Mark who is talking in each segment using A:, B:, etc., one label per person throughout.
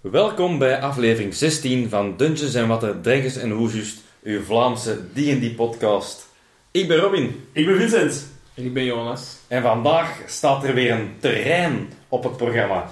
A: Welkom bij aflevering 16 van Dungeons en Watten, Drengens en Hoesjust, uw Vlaamse D&D podcast. Ik ben Robin
B: Ik ben Vincent.
C: En ik ben Jonas.
A: en vandaag staat er weer een terrein op het programma.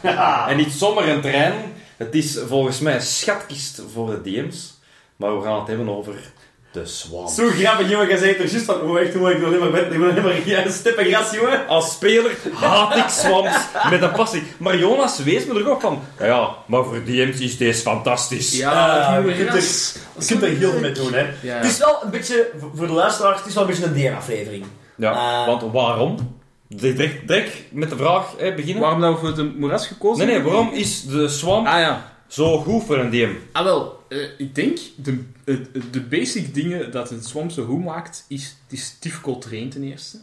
A: En niet zomaar een terrein, het is volgens mij een schatkist voor de DM's, maar we gaan het hebben over de Swamp.
B: Zo grappig, jongen. Jij zegt er juist van, oh echt, jongen, ik wil alleen maar bed. Ik wil alleen maar ja, steppen gas, jongen.
A: Als speler haat ik swamps met een passie. Maar Jonas wees me er ook van. Ja, Ja, maar voor DM's is deze fantastisch.
B: Ah,
C: nieuwe
B: je kunt
C: ras.
B: er- Je kunt er heel mee doen, hè.
C: Ja.
D: Het is wel een beetje, voor de luisteraars, het is wel een beetje een DN-aflevering.
A: Ja,
D: Eh.
A: want waarom? Direct, direct met de vraag hè, beginnen.
C: Waarom dat we voor het moeras gekozen
A: Nee, nee,
C: hebben?
A: waarom is de swamp
C: Ah ja.
A: zo goed voor een DM?
C: Ah wel, eh, ik denk, de, eh, de basic dingen dat een swamp zo goed maakt, is, het is difficult terrain ten eerste.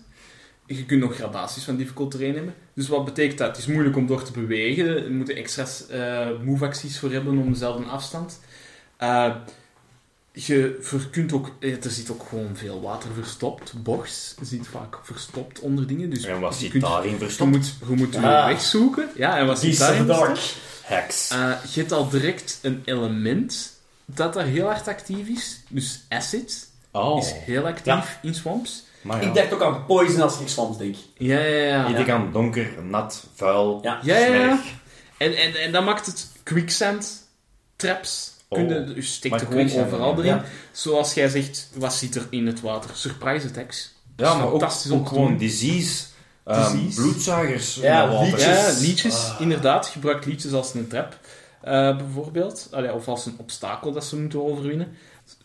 C: Je kunt nog gradaties van difficult terrain hebben. Dus wat betekent dat? Het is moeilijk om door te bewegen. Er moeten extra eh move-acties voor hebben om dezelfde afstand. Eh, je ver- kunt ook... eh, er zit ook gewoon veel water verstopt. Bocht zit vaak verstopt onder dingen. Dus
A: En wat
C: je
A: zit
C: kunt
A: daarin
C: Dus Je
A: verstopt?
C: moet, je moet je
D: Ah.
C: wegzoeken. Ja, en wat zit
D: Beast of
C: daarin?
D: the Dark.
A: Hacks.
C: Eh, je hebt al direct een element dat daar heel hard actief is. Dus acid
A: Oh,
C: is heel actief in swamps.
A: maar ja.
D: Ik dacht ook aan Poison als ik soms denk.
C: Ja, ja, ja.
A: Je denkt aan donker, nat, vuil,
D: Ja.
C: Ja, ja, ja.
A: smerig.
C: En, en, en dat maakt het quicksand traps.
A: Oh.
C: Kunnen, dus je steekt
A: Maar
C: er gewoon
A: quicksand,
C: overal
A: ja.
C: erin. Zoals jij zegt, wat zit er in het water? Surprise attacks.
A: Ja, maar ook,
C: Fantastisch om
A: ook
C: te
A: gewoon
C: doen.
A: disease. ehm,
C: Disease.
A: bloedzuigers.
D: Ja,
A: met water.
D: leeches.
C: Ja, liedjes, inderdaad. Gebruik liedjes als een trap, eh, bijvoorbeeld. Allee, of als een obstakel dat ze moeten overwinnen.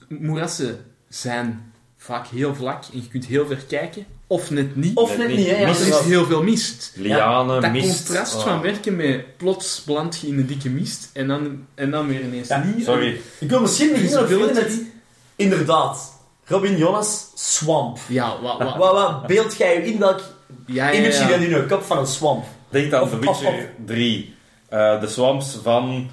C: Moerassen zijn vaak heel vlak en je kunt heel ver kijken. Of net niet.
D: Of
A: Net
D: net
A: niet.
D: niet, hè. Ja,
C: Want er is
D: dat is-
C: heel veel mist.
A: Lianen,
C: Dat
A: mist.
C: contrast
A: Ah.
C: van werken met plots beland je in de dikke mist en dan, en dan weer ineens
D: Ja.
C: niet.
A: Sorry.
D: Ik wil misschien beginnen op
C: Visibility.
D: met... Inderdaad. Robin Jonas, swamp.
C: Ja, wat... wat-
D: Wat, wat beeld jij je in? Welk
C: ja, ja,
D: image
C: ja.
D: zie je in je kop van een swamp?
A: Denk aan
D: Of-
A: The
D: of-
A: Witcher 3. Eh, de swamps van...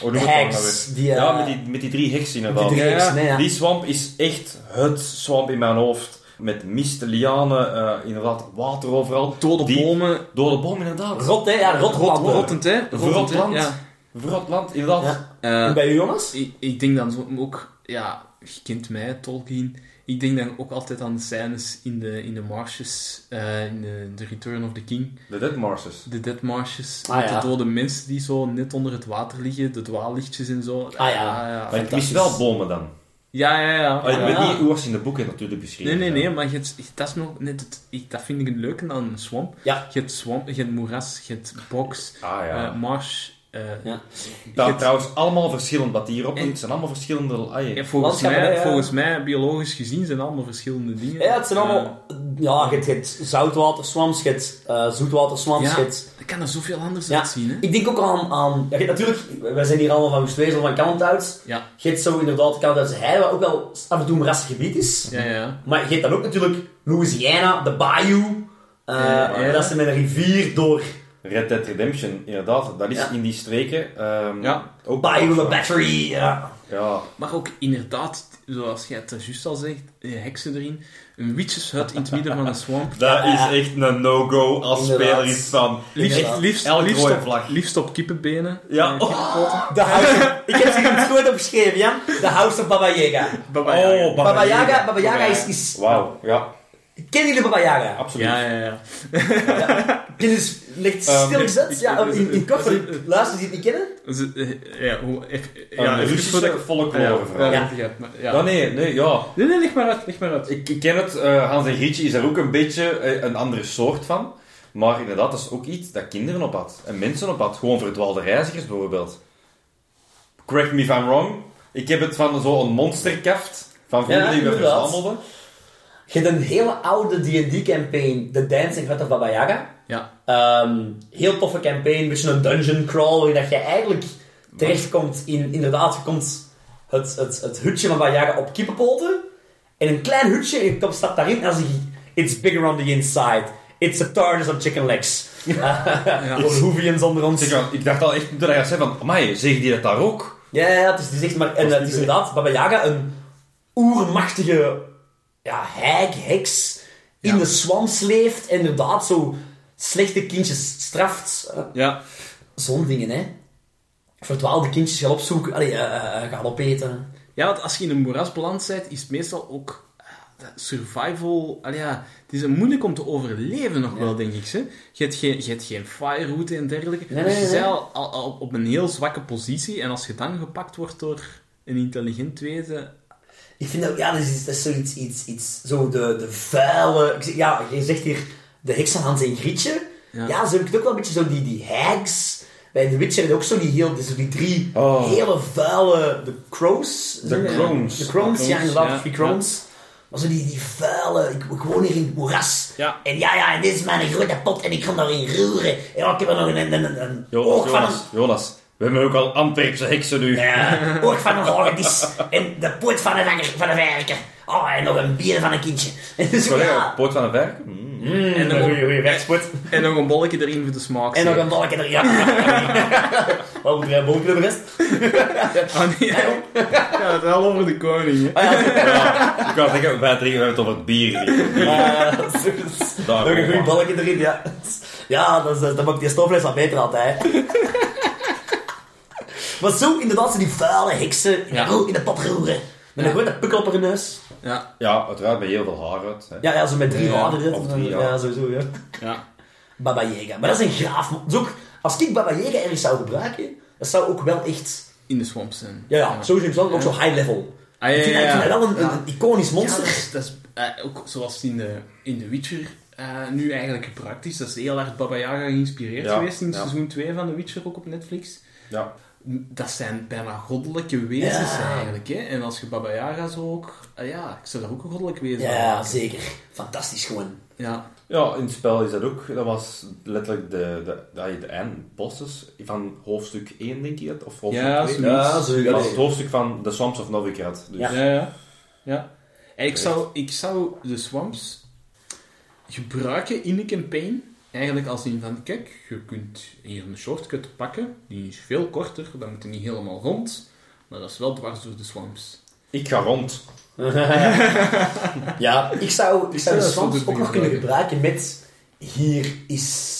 A: Hoe noem je het nou weer?
D: Heks. Die, eh,
A: Ja, met die, met die drie heksen
D: die
A: inderdaad.
D: drie
C: Ja, ja.
D: heksen, hè, ja.
A: Die swamp is echt het swamp in mijn hoofd. Met mist, lianen, eh, inderdaad water overal.
C: Dode
A: Die-
C: bomen.
A: Dode boom inderdaad.
D: Rot, hè. Ja, rot, rot, rot.
C: Rottend, hè? Rottend, hè?
A: land.
C: Ja.
A: Verrot land, inderdaad.
D: Ja.
C: Eh,
D: En Bij je jongens?
C: Ik, ik denk dan zo- ook, ja, je kent mij, Tolkien. Ik denk dan ook altijd aan de scènes in de, in de marshes, eh, in de, de Return of the King,
A: De Dead Marses.
C: de dead marshes,
D: Ah,
C: met
D: ja.
C: de dode mensen die zo net onder het water liggen, de dwaallichtjes en zo. Ah ja,
A: Maar ik mis wel bomen dan.
C: ja, ja,
D: Oh,
C: ja.
A: Ah, ik
C: ja.
A: weet niet hoe was in de boeken natuurlijk
C: Nee,
A: beschreven.
C: nee, nee, maar je hebt, je- dat, is nog net het, ik, dat vind ik het leuke aan een swamp.
D: Ja.
C: Je hebt swamp, je hebt moeras, je hebt box,
A: Ah
C: eh
A: ja.
C: marsh. eh,
D: Ja.
C: je
A: dat
C: hebt-
A: trouwens allemaal verschillend wat hierop
C: En-
A: Het zijn allemaal verschillende... Ah,
C: Ja,
A: ja.
C: volgens,
D: Landschappen,
C: mij,
D: ja.
C: volgens mij, biologisch gezien, zijn allemaal verschillende dingen.
D: Ja, het zijn
C: Eh,
D: allemaal... Ja, je hebt- je hebt zoutwaterswamps, je hebt eh, zoetwaterswamps,
C: Ja.
D: je hebt...
C: dat kan er zoveel anders
D: Ja.
C: uitzien, hè?
D: Ik denk ook aan... aan ja, je hebt natuurlijk, wij zijn hier allemaal van Oostwezel, van kant uit.
C: Ja.
D: Je hebt zo inderdaad de kant uit de hei, wat ook wel af en toe een rassig gebied is.
C: Ja, ja.
D: Maar je hebt dan ook natuurlijk Louisiana, de bayou. eh,
C: Ja, ja.
D: Dat ze met een rivier door
A: Red Dead Redemption, inderdaad. Dat is
D: Ja.
A: in die streken. ehm,
C: Ja.
A: Ook
D: Bayou La Battery. Ja.
A: Ja.
C: Maar ook inderdaad, zoals jij het er juist al zegt, eh, heksen erin, een witcheshut in het midden van een swamp.
A: Dat is echt een no-go als
D: Inderdaad.
A: speler is van...
C: Liefst,
D: Inderdaad.
C: liefst,
A: Elk
C: liefst,
A: rode
C: op,
A: vlag.
C: liefst op kippenbenen.
A: Ja. Oh,
C: Eh, kippenpoten.
D: De house, ik heb ze hier het goed opgeschreven, Jan. De House of Baba Yaga.
C: Baba Yaga.
A: Oh, Baba
D: Baba Yaga, Baba Yaga
C: Baba
D: is...
C: Yaga.
D: is
A: Wauw, ja,
D: Kennen jullie Baba Yaga?
A: absoluut.
C: Ja, ja, ja.
D: Kennen ze... Ligt
A: Ehm,
D: stilgezet?
C: ik-
D: Ja,
C: ik-
D: in, in kort voor
C: ik-
D: de luisteraars die het niet kennen.
C: Dus, eh, ja, hoe, echt, eh,
A: Een
C: ja even
A: Russische
C: voordat ik-
A: folklore
C: Ja,
A: verhaal.
C: ja, ja, maar- ja.
A: Ehm, Ja, nee, nee, ja.
C: Nee, nee, leg maar uit, leg maar uit.
A: Ik, ik ken het, eh, Hans en Grietje is daar ook een beetje eh, een andere soort van. Maar inderdaad, dat is ook iets dat kinderen op had. En mensen op had. Gewoon verdwaalde reizigers bijvoorbeeld. Correct me if I'm wrong. Ik heb het van zo'n monsterkaft van vrienden
D: Ja,
A: die we
D: inderdaad.
A: verzamelden.
D: Je hebt een hele oude D&D-campaign, The Dancing Hut of Baba Yaga.
C: Ja.
D: Ehm, heel toffe campaign, een beetje een dungeon crawl, waarin dat je eigenlijk terechtkomt in, inderdaad, je komt het, het, het hutje van Baba Yaga op kippenpoten. En een klein hutje, en je komt, stapt daarin en dan zie je, it's bigger on the inside. It's a TARDIS on chicken legs.
C: Ja.
D: Voor Hoovians onder ons.
A: Zeg,
D: Ja,
A: want ik dacht al echt toen hij zei van, amai, zeggen die dat daar ook?
D: ja, ja, het is, het is echt maar... En eh, het is inderdaad Baba Yaga, een oermachtige ja, hek, heks. in
C: Ja.
D: de swamp sleeft en inderdaad zo slechte kindjes straft. Eh,
C: Ja,
D: Zo'n dingen, hè. Verdwaalde kindjes gaan opzoeken, allee, eh, eh, eh, gaan opeten.
C: ja want als je in een moeras belandt bent, is het meestal ook eh, dat survival... Allee, ja, het is een moeilijk om te overleven nog wel, denk ik. Hè? Je, hebt geen, je hebt geen fireroute en dergelijke.
D: Nee,
C: dus je
D: nee, nee.
C: bent al, al- al op een heel zwakke positie. En als je dan gepakt wordt door een intelligent wezen...
D: Ik vind dat, ja, dat is, dat is zoiets, iets, iets, zo de, de vuile, ik zeg- ja, je zegt hier de heksenhans en Grietje. Ja,
C: Ja.
D: zo heb ik het ook wel een beetje zo die, die hags. Bij The Witcher heb je ook zo die, heel, dus die drie
A: Oh.
D: hele vuile, de crows.
A: De crones.
D: De crones, ja, inderdaad,
C: ja,
D: die crones. Maar zo die, die vuile, ik, ik woon hier in het moeras.
C: Ja.
D: En ja, ja, en dit is mijn grote pot en ik kan daarin roeren. En ja, ik heb er nog een, een, een, een
A: Jonas,
D: oog van een
A: Jonas, Jonas. We hebben ook al Antwerpse heksen nu.
D: ja, oog Eh, van een hagedis. En de poot van een, wanger- van een werker. Oh, en nog een bier van een kindje. En dus,
A: Collega,
D: ja.
A: poot van een werk. Mm.
D: en een goeie, goeie werkspoot.
C: En nog een bolletje erin voor de smaak.
D: En nog
C: zeker.
D: een balkje erin. Ja. Wat moet er een balkje de rest?
C: Ah, nee. Ja, het wel over de koning,
D: Ah,
C: hè.
A: Ik wou zeggen, wij drinken we hebben het over het bier.
D: Ja, dat is-
A: Daar
D: Nog een
A: komt van.
D: goeie balkje erin, ja. Ja, dat, is, dat maakt die stoofles wat beter altijd. Maar zo, inderdaad, zijn die vuile heksen in,
C: Ja.
D: de, ro- in de pot roeren. Met een
C: Ja.
D: grote pukkel op haar neus.
C: Ja.
A: Ja, uiteraard met heel veel haar uit. Hè.
D: Ja, ja, zo met drie
C: Ja,
D: raderen.
A: of drie, ja.
D: ja, sowieso, ja.
C: ja.
D: Baba Yaga. Maar dat is een graaf. mo- Dus ook, als ik Baba Yaga ergens zou gebruiken, dat zou ook wel echt...
C: In de swamp zijn.
D: Ja, ja, sowieso wel, maar ook zo high level.
C: Ah, ja,
D: ik vind,
C: ja,
D: ik vind
C: ja.
D: dat wel een,
C: Ja.
D: een iconisch
C: Ja,
D: monster.
C: dat is, dat is, eh, ook zoals het in de, in de Witcher eh, nu eigenlijk gebruikt is. Dat is heel erg Baba Yaga geïnspireerd
A: Ja,
C: geweest in
A: ja.
C: seizoen 2 van de Witcher, ook op Netflix.
A: Ja.
C: Dat zijn bijna goddelijke wezens
D: Ja.
C: eigenlijk. Hè? En als je Baba Yaga zo ook... eh, ja, ik zou daar ook een goddelijk wezen
D: ja,
C: van
D: ja,
C: maken.
D: zeker. Fantastisch gewoon.
C: Ja.
A: Ja, in het spel is dat ook. Dat was letterlijk de, de, de, de eindbosses van hoofdstuk 1, denk ik. het, Of hoofdstuk
C: Ja,
A: 2.
C: zoiets. Ja,
D: zo.
A: Dat was het hoofdstuk van The Swamps of Novigrad. Dus.
D: Ja.
C: Ja, ja. Ja. En ik, zou, ik zou de swamps gebruiken in een campaign. Eigenlijk als in van, kijk, je kunt hier een shortcut pakken. Die is veel korter, dan moet je niet helemaal rond. Maar dat is wel dwars door de swamps.
A: Ik ga rond.
D: ja, ik zou, ik zou de
C: dat
D: Swamps
C: zo goed
D: ook nog
C: gebruiken.
D: kunnen gebruiken met... Hier is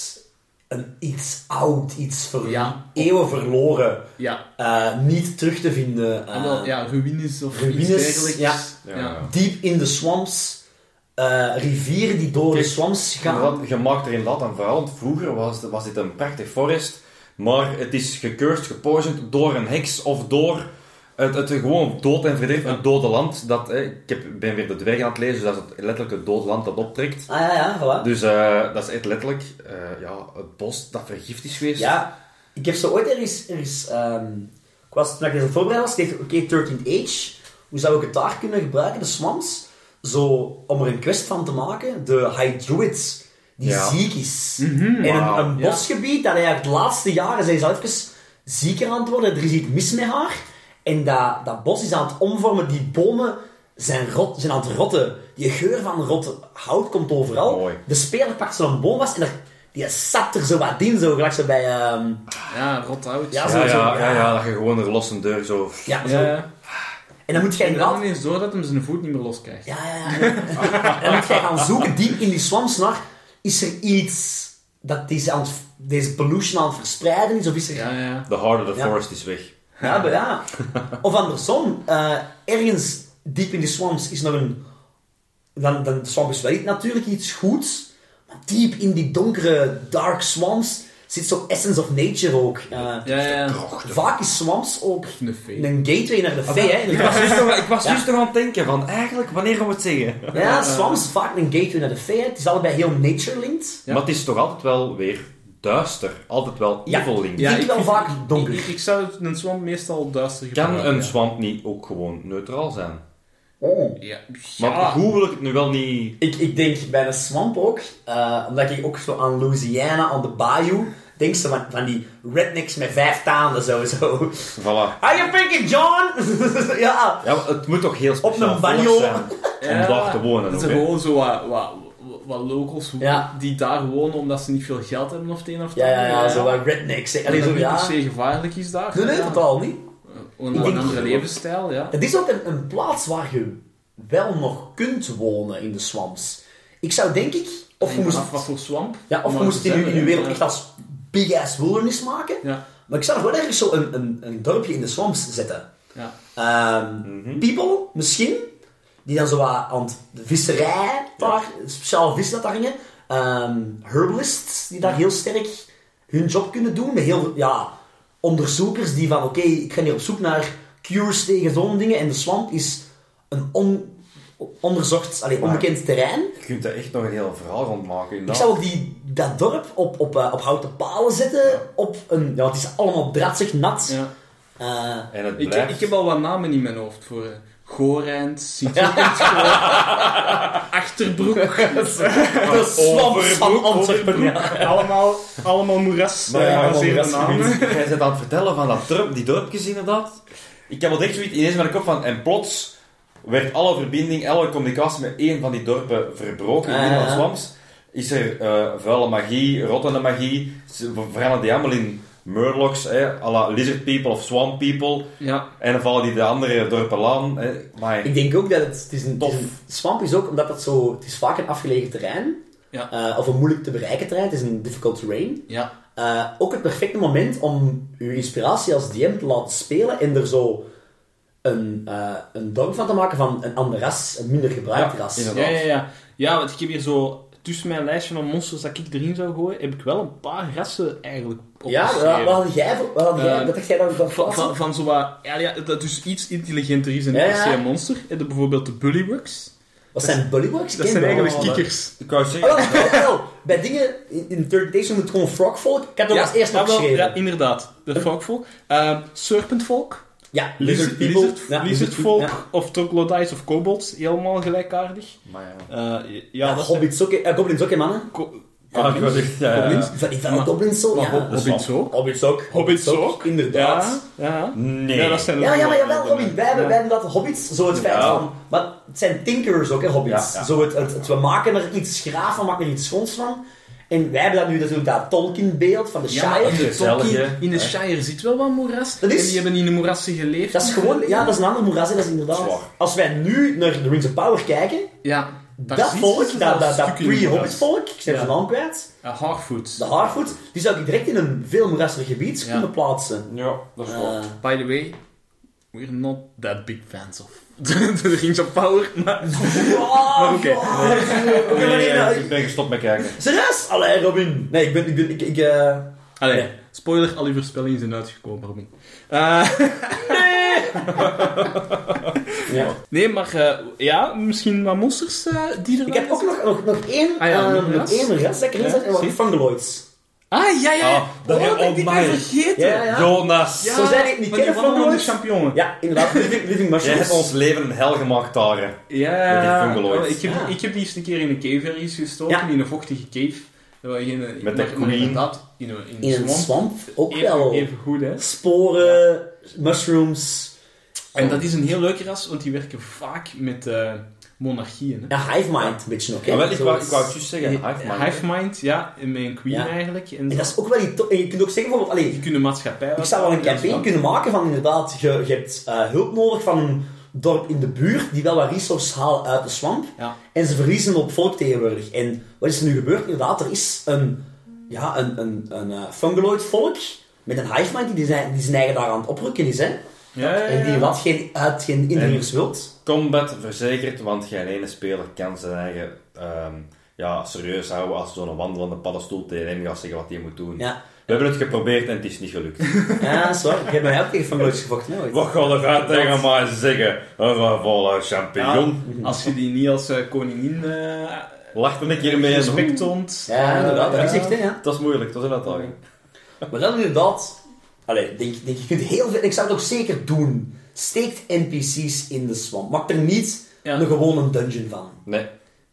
D: een iets oud, iets ver,
C: Ja.
D: eeuwen verloren,
C: Ja,
D: eh, niet terug te vinden. eh,
C: en Ah, wel, ja ruïnes of
D: ruïnes,
C: iets dergelijks.
D: ja.
A: Ja.
C: Ja.
D: Diep in de swamps. eh, rivieren die door de
A: Kijk,
D: swamps gaan.
A: Wat, je maakt er inderdaad aan verhaal. want Vroeger was, was dit een prachtig forest. Maar het is gecurst, gepoisoned door een heks of door het, het gewoon dood en verdriet. Het dode land. Dat, hè, ik heb, ben weer de dwerg aan het lezen, dus dat is het, letterlijk het dode land dat optrekt.
D: Ah ja, ja, voilà.
A: Dus eh, dat is echt letterlijk eh, ja, het bos dat vergift is geweest.
D: Ja, ik heb zo ooit ergens... ergens ehm, ik was, toen ik deze voorbereid was, dacht ik, oké, 13th Age. Hoe zou ik het daar kunnen gebruiken, de swamps? Zo, om er een quest van te maken. De High Druid, die
A: Ja. Mhm,
D: ziek is. En een,
A: Wauw,
D: een
C: ja.
D: bosgebied dat eigenlijk de laatste jaren... Zij is al even zieker aan het worden. Er is iets mis met haar. En dat, dat bos is aan het omvormen. Die bomen zijn, rot, zijn aan het rotten. Die geur van rotte hout komt overal.
A: Mooi.
D: De speler pakt zo'n boom vast en er, die sapt er zo wat in. Zo, gelijk zo bij... ehm,
C: Ja, rot hout.
D: Ja,
A: Ja, ja,
D: Zo, zo,
A: ja,
D: ja.
A: ja, dat je gewoon er los een deur zo...
D: Ja, zo.
C: Ja, ja.
D: En dan moet jij
C: En dan
D: inderdaad...
C: ineens door dat hem zijn voet niet meer loskrijgt.
D: Ja, ja, ja. En dan moet jij gaan zoeken diep in die swamps naar... Is er iets dat deze, aan het- deze pollution aan het verspreiden is? Of is er...
C: Ja, ja.
A: The harder the
D: Ja.
A: forest is weg.
D: Ja, maar ja. Of andersom. eh, ergens diep in de swamps is nog een... Dan, dan, de swamp is wel iets- natuurlijk iets goeds. Maar diep in die donkere, dark swamps zit zo Essence of Nature ook. Eh,
C: Ja, ja.
D: Vaak is swamps ook
C: Een Ah, fee.
D: een gateway naar de fee. hè.
A: Ik was juist nog, ik was
D: Ja.
A: juist nog aan het denken van, eigenlijk, wanneer gaan we het zeggen?
D: Ja, Swamps is vaak een gateway naar de fee. hè. Het is allebei heel nature-linked.
A: Maar het is toch altijd wel weer duister. Altijd wel
D: Ja.
A: evil link.
D: Ik wel vaak donker.
C: Ik, ik zou een swamp meestal duister
A: Kan
C: gebruiken,
A: een
C: ja.
A: swamp niet ook gewoon neutraal zijn?
D: Oh.
C: Ja.
A: Maar
C: Ja.
A: hoe wil ik het nu wel niet...
D: Ik, ik denk bij de Swamp ook, eh, omdat ik ook zo aan Louisiana, aan de Bayou, denk zo van, van die rednecks met vijf tanden sowieso.
A: Voilà.
D: Are you thinking, John? ja.
A: Ja, maar het moet toch heel
D: Op
A: speciaal
D: een banjo.
A: volk zijn om
C: Ja,
A: daar te wonen.
C: Het
A: Ook,
C: zijn
A: hè.
C: gewoon zo wat, wat, wat locals
D: Ja.
C: die daar wonen omdat ze niet veel geld hebben of het een of het
D: Ja, ja, ja, zo
C: En
D: wat rednecks. hè.
C: dat
D: Allee,
C: het
D: zo,
C: niet per
D: ja.
C: se gevaarlijk is daar.
D: Nee, nee,
C: Ja.
D: totaal niet.
C: Een,
D: Ik
C: een
D: denk-
C: andere levensstijl, ja.
D: Het is ook een, een plaats waar je wel nog kunt wonen in de swamps. Ik zou denk ik... Of je
C: En
D: moest,
C: af Wat voor swamp?
D: ja, of je
C: Maar
D: moest het in, je- in je
C: zetten,
D: wereld
C: ja.
D: echt als big-ass wilderness maken.
C: Ja,
D: Maar ik zou nog wel ergens zo een, een, een dorpje in de swamps zetten.
C: ja.
D: Ehm, People, misschien, die dan zo wat aan de visserij, daar, speciaal vis dat daar gingen. Ehm, herbalists, die daar heel sterk hun job kunnen doen. Met heel, veel- ja, onderzoekers die van, oké, ik ga hier op zoek naar cures tegen zo'n dingen. En de swamp is een on, onderzocht, allee, onbekend terrein.
A: Je kunt daar echt nog een heel verhaal rond maken.
D: Ik
A: inderdaad.
D: zou ook die, dat dorp op, op, eh, op houten palen zetten. Op een, ja, het is allemaal dratzig nat.
C: ja.
D: Eh,
A: En het
C: Ik,
A: blijft...
C: ik heb al wat namen in mijn hoofd voor... eh, Gorend, sint Achterbroek,
D: de swamps van Antwerpen. ja.
C: allemaal, allemaal moeras
A: Maar ja,
C: eh,
A: man,
C: gebaseerde
A: dat is
C: namen.
A: gewinst. Jij bent aan het vertellen van dat dorp, die dorpjes inderdaad. Ik heb al echt zoiets ineens in mijn kop van... En plots werd alle verbinding, alle communicatie met één van die dorpen verbroken.
D: Ah,
A: in
D: ja.
A: Nederland Swamps is er eh, vuile magie, rottende magie. Ze veranderen die allemaal in murlocs, hè, à la lizard people of swamp people.
C: Ja,
A: En dan vallen die de andere dorpen laan. Hè. Maar
D: Ik denk ook dat het, het is een,
A: Tof.
D: het is een- swamp is ook omdat dat zo, het is vaak een afgelegen terrein.
C: Ja.
D: Eh, of een moeilijk te bereiken terrein. Het is een difficult terrain.
C: ja.
D: Eh, ook het perfecte moment om uw inspiratie als DM te laten spelen en er zo een, eh, een dorp van te maken van een ander ras, een minder gebruikt
C: Ja,
D: ras.
A: inderdaad.
C: Ja, ja, ja. Ja, want ik heb hier zo... Tussen mijn lijstje van monsters dat ik erin zou gooien, heb ik wel een paar rassen eigenlijk
D: Ja,
C: opgeschreven.
D: wat- wat had jij voor... Wat had jij,
C: Eh,
D: wat dacht jij dan van
C: Van,
D: plaatsen?
C: van, van zo wat, ja, ja, dat dus iets intelligenter is dan
D: Ja,
C: een
D: ja.
C: SCM monster. En de, bijvoorbeeld de Bullywugs.
D: Wat zijn bullywugs?
C: Dat zijn eigenlijk
A: dat-
C: kikkers.
A: Ik wou zeggen...
D: Oh, wel, wel. bij dingen in, in Third Days noemt het gewoon frogfolk. Ik heb dat als eerste
C: jawel,
D: opgeschreven.
C: Ja, inderdaad. De frogvolk. Ehm serpentvolk.
D: Ja, lizard
C: Lizard,
D: people.
C: lizard-
D: Ja,
C: lizardvolk.
D: ja.
C: Of troglodytes of kobolds. Helemaal gelijkaardig.
A: Maar ja.
C: Eh, ja,
D: Ja,
C: dat zijn...
D: hobbits ook, hè. Eh, goblins ook, hè, mannen?
C: ko-
A: Ah, ik wou zeggen,
D: Eh,
A: ja, ja, ja.
C: Goblins?
D: Ik vind ik vind
C: Maar-
D: goblins zo,
C: maar
D: ja.
C: hob- hobbits ook.
D: Hobbits ook.
C: Hobbits ook.
D: Inderdaad.
C: Ja, ja.
A: Nee.
C: Ja, dat zijn er
D: Ja, ja,
C: wel
D: maar jawel,
C: meer.
D: Robin. Wij hebben,
C: Ja.
D: wij hebben dat hobbits, zo het feit
A: Ja.
D: van... Maar het zijn tinkers ook, hè, hobbits.
A: Ja, ja.
D: Zo het, het, het- we maken er iets graaf van, maken er iets schons van. En wij hebben dat nu natuurlijk dat Tolkien-beeld van de
C: Ja, maar
D: Shire.
C: in de,
A: Gezellig,
C: Tolkien-
A: hè?
C: in de Shire zit wel wat moeras.
D: Dat is-
C: En die hebben in de moerassen geleefd.
D: Dat is gewoon... Ja, dat is een ander moeras, hè, dat is inderdaad...
A: Zwaar.
D: Als wij nu naar The Rings of Power kijken,
C: Ja. daar
D: dat
C: zit
D: volk, dat, dat, dat
C: stuk in de moeras.
D: pre-hobbit-volk, ik zijn
C: Ja.
D: van naam kwijt,
C: Ja, Harfoot.
D: de Harfoot, die zou ik direct in een veel moerassiger gebied
C: Ja.
D: kunnen plaatsen.
A: Ja, dat is waar.
D: Eh,
C: By the way, we're not that big fans of de Rings of Power, maar...
D: Maar
C: oké.
A: Nee, eh, ik ben gestopt met kijken.
D: Serieus? Allee, Robin. Nee, ik ben... Ik ben ik, ik, eh,
C: Allee,
D: Nee.
C: spoiler, al uw voorspellingen zijn uitgekomen, Robin. Eh,
D: ja.
C: nee, maar eh, ja, misschien wat monsters eh, die er
D: Ik
C: wel
D: heb ook nog, nog, nog één,
C: Ah ja,
D: eh,
C: nog een
D: nog
C: ras.
D: één ras dat ik erin
C: Ja,
D: zet. En wat
C: zie.
D: fungaloids.
C: Ah, ja, ja, ja.
A: Ah, dat heb
C: oh,
A: ik
C: dat heb ik
A: ook
C: ben
A: mij.
C: vergeten.
D: Ja, ja.
A: Jonas!
D: Zo zijn die het niet
C: van die
D: kennen,
C: wandelende
D: fungaloids.
C: champignon.
D: Ja, inderdaad. Living, living
A: Jij
D: mushrooms.
A: hebt ons leven een hel gemaakt, Tare.
C: Ja,
A: Met die fungaloids.
C: oh, ik, heb,
D: Ja.
C: ik heb die eens een keer in een cave ergens gestoken,
D: Ja.
C: in een vochtige cave. Dat was geen, maar-
A: de
C: maar
A: queen.
C: inderdaad, in een, in een
D: In een
C: swamp.
D: swamp ook
C: Even,
D: wel.
C: even goed, hè.
D: Sporen, mushrooms.
C: En dat is een heel leuk ras, want die werken vaak met eh, monarchieën. Hè?
D: Ja, hive mind een beetje ook, hè.
A: Maar wel, ik wou, ik
D: Zoiets.
A: wou het juist zeggen,
C: Eh,
A: Hive Mind.
C: Hive Mind, ja, en met een queen
D: Ja.
C: eigenlijk. En,
D: En
C: zo.
D: dat is ook wel... die to- En je kunt ook zeggen bijvoorbeeld... Allee,
C: Die kunnen maatschappij...
D: Ik zou wel een campaign kunnen maken van inderdaad, je, je hebt eh, hulp nodig van een dorp in de buurt die wel wat resources halen uit de swamp.
C: Ja.
D: En ze verliezen op volk tegenwoordig. En wat is er nu gebeurd? Inderdaad, er is een, ja, een, een, een eh, fungaloid volk met een hive mind die zijn, die zijn eigen daar aan het oprukken is. Hè?
C: Ja, ja, ja.
D: En die wat geen, uit geen indringers wilt.
A: Combat verzekerd, want geen ene speler kan zijn eigen ehm, ja, serieus houden als zo'n wandelende paddenstoel tegen hem gaat zeggen wat hij moet doen.
D: Ja,
A: We hebben het geprobeerd en het is niet gelukt.
D: ja sorry. Ik heb mij ook tegen fungaloids gevochten. Nooit.
A: wat gaan eruit tegen mij zeggen? Een volle champignon.
C: Als je die niet als eh, koningin eh
A: Lacht er een keer mee en
C: respect toont.
D: Ja, inderdaad. Dat is echt, hè. Ja.
A: Dat is moeilijk, dat is een uitdaging.
D: Maar dan inderdaad... Allee, denk, denk, je kunt heel veel... Ik zou het ook zeker doen. Steekt NPC's in de swamp. Maak er niet
C: Ja.
D: een gewone dungeon van.
A: Nee.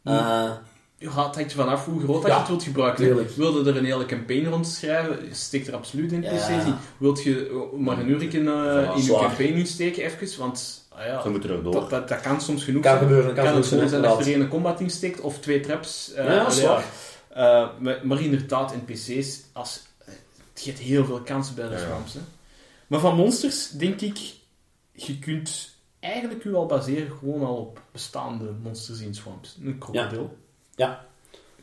D: Eh,
C: Ja, het hangt er vanaf hoe groot dat
D: Ja,
C: je het wilt gebruiken.
D: tuurlijk.
C: Wilde er een hele campaign rond schrijven, steek er absoluut in.
D: Ja.
C: PC's in. Wilt je eh, maar een uur in, eh, in je
D: zwaar.
C: campaign insteken, even, want ah ja,
A: Ze moeten er
C: dat,
A: door.
C: dat, dat kan soms genoeg
D: kan
C: zijn.
D: gebeuren. Kan
C: kan het
D: gebeuren,
C: zo zijn dat
D: inderdaad.
C: je er één combat insteekt of twee traps. eh,
D: Ja, dat is
C: allee,
D: waar.
C: ja. Eh, maar, maar inderdaad, NPC's, als, het geeft heel veel kansen bij de
A: Ja, ja.
C: swamps. Hè. Maar van monsters, denk ik, je kunt eigenlijk je al baseren gewoon al op bestaande monsters in swamps. Een krokodil.
D: Ja.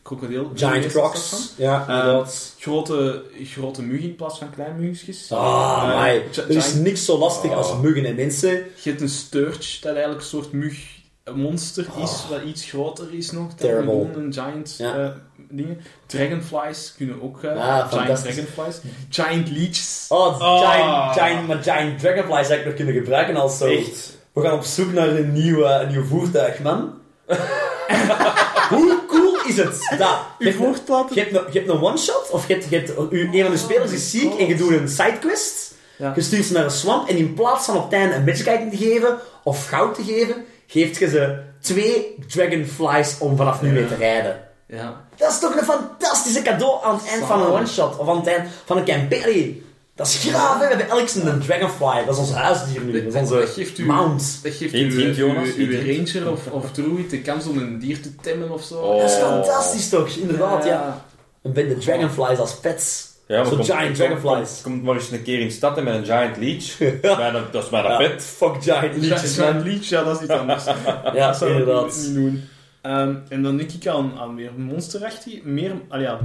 C: Krokodil.
D: Giant crocs. Ja,
C: Eh,
D: inderdaad.
C: Grote, grote muggen in plaats van kleine muggenjes.
D: Ah,
C: Eh,
D: amai.
C: gi-
D: Er is
C: giant- Ah.
D: niks zo lastig als muggen en mensen.
C: Je hebt een sturge dat eigenlijk een soort mug een monster is, wat iets groter is nog dan
D: Oh. Terrible.
C: gewoon een giant
D: Ja.
C: eh, dingen. Dragonflies kunnen ook eh,
D: Ah,
C: giant
D: fantastisch.
C: dragonflies. Giant leeches.
D: Oh,
B: Ah.
D: Giant, giant, maar giant Dragonfly zou ik nog kunnen gebruiken als zo.
B: Echt.
D: We gaan op zoek naar een nieuw, eh, een nieuw voertuig, man. Hoe cool is het? Dat. Je hebt-
C: voortplaten.
D: je hebt een- je hebt een one-shot, of je hebt, je hebt, u- een van de spelers is ziek en je doet een sidequest.
C: Ah, Ja.
D: Je stuurt ze naar een swamp en in plaats van op tijd een matchkijking te geven of goud te geven, geeft je ze twee Dragonflies om vanaf nu mee te rijden.
C: Ja.
D: Dat is toch een fantastische cadeau aan het eind van een one-shot of aan het eind van een campaign. Allee, dat is graaf, hè. we hebben elk zijn een dragonfly. Dat is ons huisdier nu, dat is onze
C: Dat geeft u-
D: mount.
C: Dat geeft
A: Hint,
C: uw,
A: hint, Jonas,
C: uw-
A: hint,
C: uw
A: hint.
C: ranger of, of druid de kans om een dier te temmen of zo.
A: Oh.
D: Dat is fantastisch toch, inderdaad, ja. En ben de dragonflies als pets.
A: Ja, maar
D: Zo'n
A: kom-
D: giant dragonflies.
A: Komt maar eens een keer in stad en met een giant leech. Bijna- dat is mijn
D: Ja,
A: pet.
D: Fuck giant leeches, man.
C: leech, ja, dat is iets anders.
D: Ja,
C: zou ik
D: inderdaad.
C: niet doen. Ehm, en dan denk ik aan, aan meer monsterachtig, meer ah ja,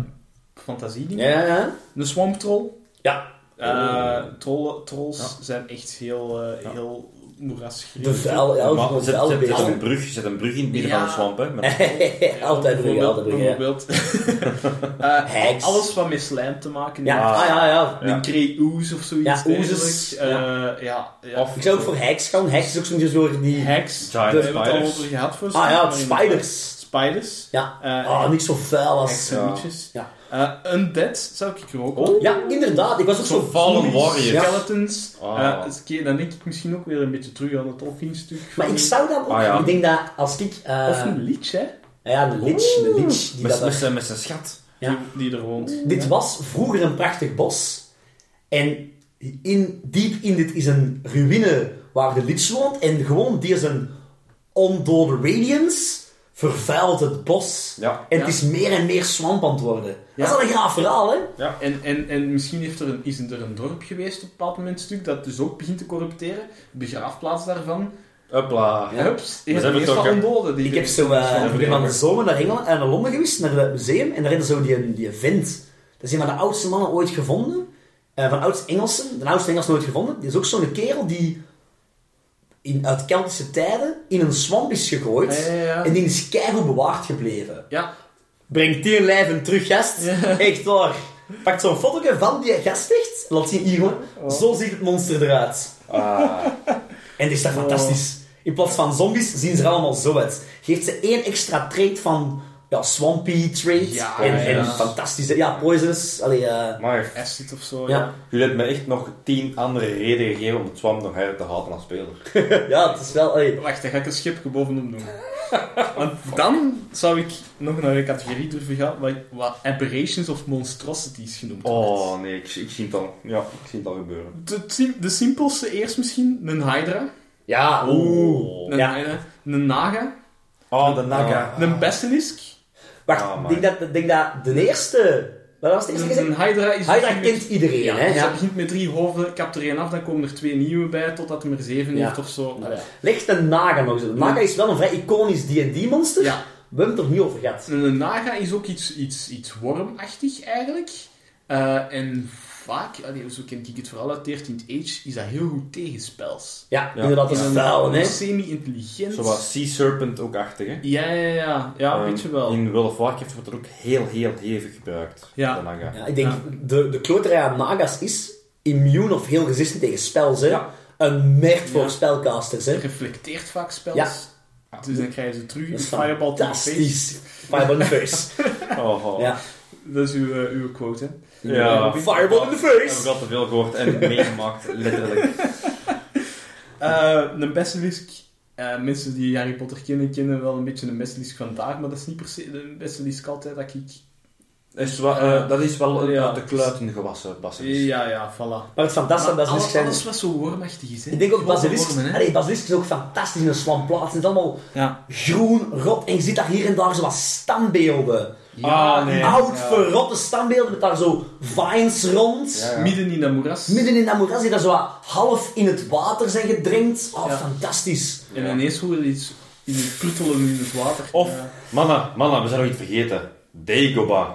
C: fantasiedingen.
D: Ja, ja, ja.
C: Een swamp troll.
D: Ja.
C: Eh, trollen- trolls zijn echt heel, eh, heel moerasgrillig.
D: De vuil, ja,
A: Maar
D: van
A: zet, zet, zet een
D: vuilbeesten.
A: brug, zet een brug in het midden
C: Ja.
A: van de swamp. Hè, met-
D: Altijd bruggen,
C: Bijvoorbeeld-
D: altijd bruggen. ja.
C: Bijvoorbeeld. Eh,
D: Heks.
C: alles wat met slijm te maken heeft.
D: Ja, ah ja, ja.
A: Ja.
C: Een grey ooze of
D: Ja,
C: zoiets.
D: oezes.
C: dergelijks. Eh, ja. ja,
A: Of- eh,
D: Ik zou ook voor heks gaan. Heks is ook zo'n soort die...
C: heks.
A: Giant
C: Daar hebben we het al
A: spiders.
C: over gehad voor.
D: Ah ja,
C: maar in-
D: spiders.
C: Spiders.
D: Ja.
C: Eh,
D: Ah, niet zo vuil als...
C: Heksen,
A: Ja. Oh,
C: witches.
D: Ja.
C: Eh, Undead zou ik er ook op.
D: Ja, inderdaad. Ik was ook
A: Zo'n
D: zo...
A: Fallen Warrior.
D: Ja.
C: Skeletons.
A: Ah.
C: Eh, eens een keer- dan denk ik misschien ook weer een beetje terug aan het Tolkien-stuk.
D: Maar ik zou dan ook...
A: Ah, ja.
D: Ik denk dat als ik... eh,
C: Of een liedje, hè?
D: Ja, de lich. De lich die
A: Met,
D: dat
A: met,
D: er-
A: zijn- met zijn schat.
D: Ja.
C: Die, die er woont.
D: Dit was vroeger een prachtig bos. En in, diep in dit is een ruïne waar de lich woont. En gewoon die zijn ondode radiance vervuilt het bos.
A: Ja.
D: En
C: Ja.
D: het is meer en meer swamp aan het worden. Dat
C: Ja.
D: is al een graaf verhaal, hè?
C: En, en, en misschien heeft er een, is er een dorp geweest op een bepaald moment stuk dat dus ook begint te corrupteren. Begraafplaats daarvan.
A: Hopla.
D: Ja.
C: Hups,
A: hebben
C: eerst
A: het
C: eerst
A: ook,
C: van
A: hè.
C: ondoden. Die
D: Ik heb zo, eh, ik ben van de zomer naar Engeland en naar Londen geweest, naar het museum, en daar hadden ze zo die, die vent. Dat is een van de oudste mannen ooit gevonden, eh, van oudste Engelsen, de oudste Engelsen ooit gevonden. Die is ook zo'n kerel die in, uit Keltische tijden in een swamp is gegooid,
C: Ah, Ja, ja, ja.
D: en die is keigoed bewaard gebleven.
C: Ja,
D: Breng die lijven terug, gast. Echt waar. Pak zo'n foto van die gast echt, laat zien hier, hoor. zo ziet het monster eruit.
A: Ah.
D: En die is dat fantastisch. In plaats van zombies zien ze er allemaal zo uit. Geeft ze één extra trait van ja, swampy trait.
C: Ja,
D: en,
C: ja, ja.
D: en fantastische... Ja, poisonous. Allee, eh,
A: Maar
C: acid of zo.
D: ja.
C: Ja.
A: jullie hebben me echt nog tien andere redenen gegeven om het zwam nog harder te haten als speler.
D: ja, het is wel... allee.
C: Wacht, daar ga ik een schipje bovenop doen. Want dan zou ik nog naar een categorie durven gaan wat, wat aberrations of monstrosities genoemd wordt.
A: Oh nee, ik, ik zie het al. Ja, ik zie het al gebeuren.
C: De, sim- de simpelste eerst misschien, een hydra.
D: Ja, oeh.
C: Een,
D: Ja.
C: hydra, een naga.
A: Oh, de naga.
C: Een basilisk.
A: Ah,
D: Wacht, ik
A: man.
D: denk dat, ik denk dat de eerste... Wat was de eerste
C: Een,
D: gezegd?
C: een hydra is...
D: Hydra
C: misschien met-
D: kent iedereen,
C: Ja,
D: hè.
C: dus dat
D: Ja.
C: begint met drie hoofden, kapt er één af, dan komen er twee nieuwe bij, totdat hij er zeven
D: Ja.
C: heeft of zo. Allee.
D: Leg de Naga nog eens. De Naga is wel een vrij iconisch D&D-monster.
C: Ja.
D: We hebben het er niet over gehad.
C: En Eh, Een naga is ook iets, iets, iets wormachtig eigenlijk. Eh, en vaak, allee, zo ken ik het vooral uit 13th Age, is dat heel goed tegenspels.
D: Ja,
A: Ja.
D: inderdaad. Dat
C: Is
D: is
C: een-
D: vuil, hè.
C: een Semi-intelligent.
A: Zoals Sea Serpent ook achtig, hè?
C: Ja, ja, ja. Ja,
A: Ehm,
C: weet je wel.
A: In World of Warcraft wordt er ook heel, heel hevig gebruikt.
C: Ja.
A: De naga.
D: Ja, ik denk,
C: Ja.
D: de, de kloterij aan Nagas is immuun of heel resistent tegen spels, hè.
A: Ja.
D: Een merk voor
C: Ja.
D: spelcasters, hè.
C: Reflecteert vaak spels.
D: Ja.
C: Dus dan krijgen ze terug.
D: Dat is
C: fireball to the face.
D: fantastisch. Fireball in the face.
A: Oh, oh.
D: ja.
C: Dat is uw, eh, uw quote, hè.
A: Ja.
D: Fireball in the
A: Ik heb ik
D: face.
A: al te veel gehoord en meegemaakt, letterlijk.
C: Eh, een basilisk. eh, mensen die Harry Potter kennen, kennen wel een beetje een basilisk vandaag, maar dat is niet per se de basilisk altijd dat ik...
A: Is wel, eh, dat is wel een
C: Ja.
A: uit de kluiten gewassen, Basilisk.
C: Ja, ja, voilà.
D: Maar het fantastische aan
C: Maar
D: Basilisk
C: alles,
D: zijn...
C: alles wat zo wormachtig is, hè.
D: Ik denk ook
C: Gewoon
D: Basilisk...
C: wormen, hè.
D: Allee, Basilisk is ook fantastisch in een slamplaats. Het is allemaal
C: Ja.
D: groen, rot. En je ziet daar hier en daar zo wat standbeelden.
A: Ah, nee.
D: Oud,
C: ja.
D: verrotte standbeelden met daar zo vines rond.
A: Ja, ja.
C: Midden in dat moeras.
D: Midden in dat moeras die daar zo wat half in het water zijn gedrenkt. Oh,
C: Ja.
D: fantastisch.
C: En ineens hoor je iets in het pruttelen in het water.
A: Of-
C: Ja.
A: Mannen, mannen, we zijn nog iets vergeten. Dagobah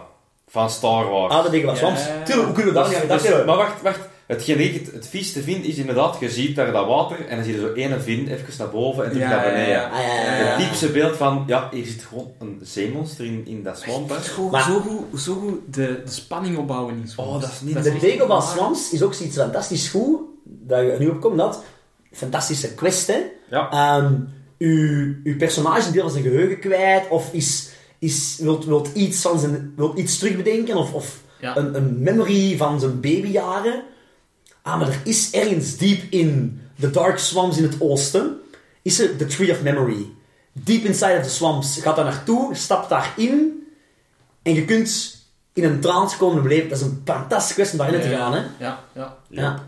A: van Star Wars.
D: Ah, dat ding was
C: Ja.
D: Swamps. Tuurlijk, hoe kunnen we daar niet
A: Dus-
D: aan gedacht hebben?
A: maar wacht, wacht. Hetgeen ik het, het vieste vind is inderdaad, je ziet daar dat water en dan zie je zo ene vin even naar boven en terug naar beneden.
D: Ah, ja, ja, ja.
A: Het diepste beeld van, ja, hier zit gewoon een zeemonster in, in dat zwamp. hè.
C: Het is gewoon
D: Maar-
C: zo goed, zo goed de, de spanning opbouwen in zo'n-
A: Oh, dat is niet-
C: dat
D: De
C: echt
D: Dagobah
C: waar.
D: Swamps is ook zoiets fantastisch goed, dat je nu op komt, dat fantastische quest, hè.
A: Ja.
D: Ehm, uw, uw personage is deel van zijn geheugen kwijt, of is, is, wilt, wilt, iets van zijn, wilt iets terugbedenken, of, of
C: Ja.
D: een, een memory van zijn babyjaren. Ah, maar er is ergens diep in de Dark Swamps in het oosten, is er de Tree of Memory. Deep inside of the swamps. Gaat daar naartoe, stapt daarin, en je kunt in een trance komen beleven. Dat is een fantastische kwestie om daarin te
C: Ja.
D: gaan, hè.
C: Ja, ja.
D: Ja.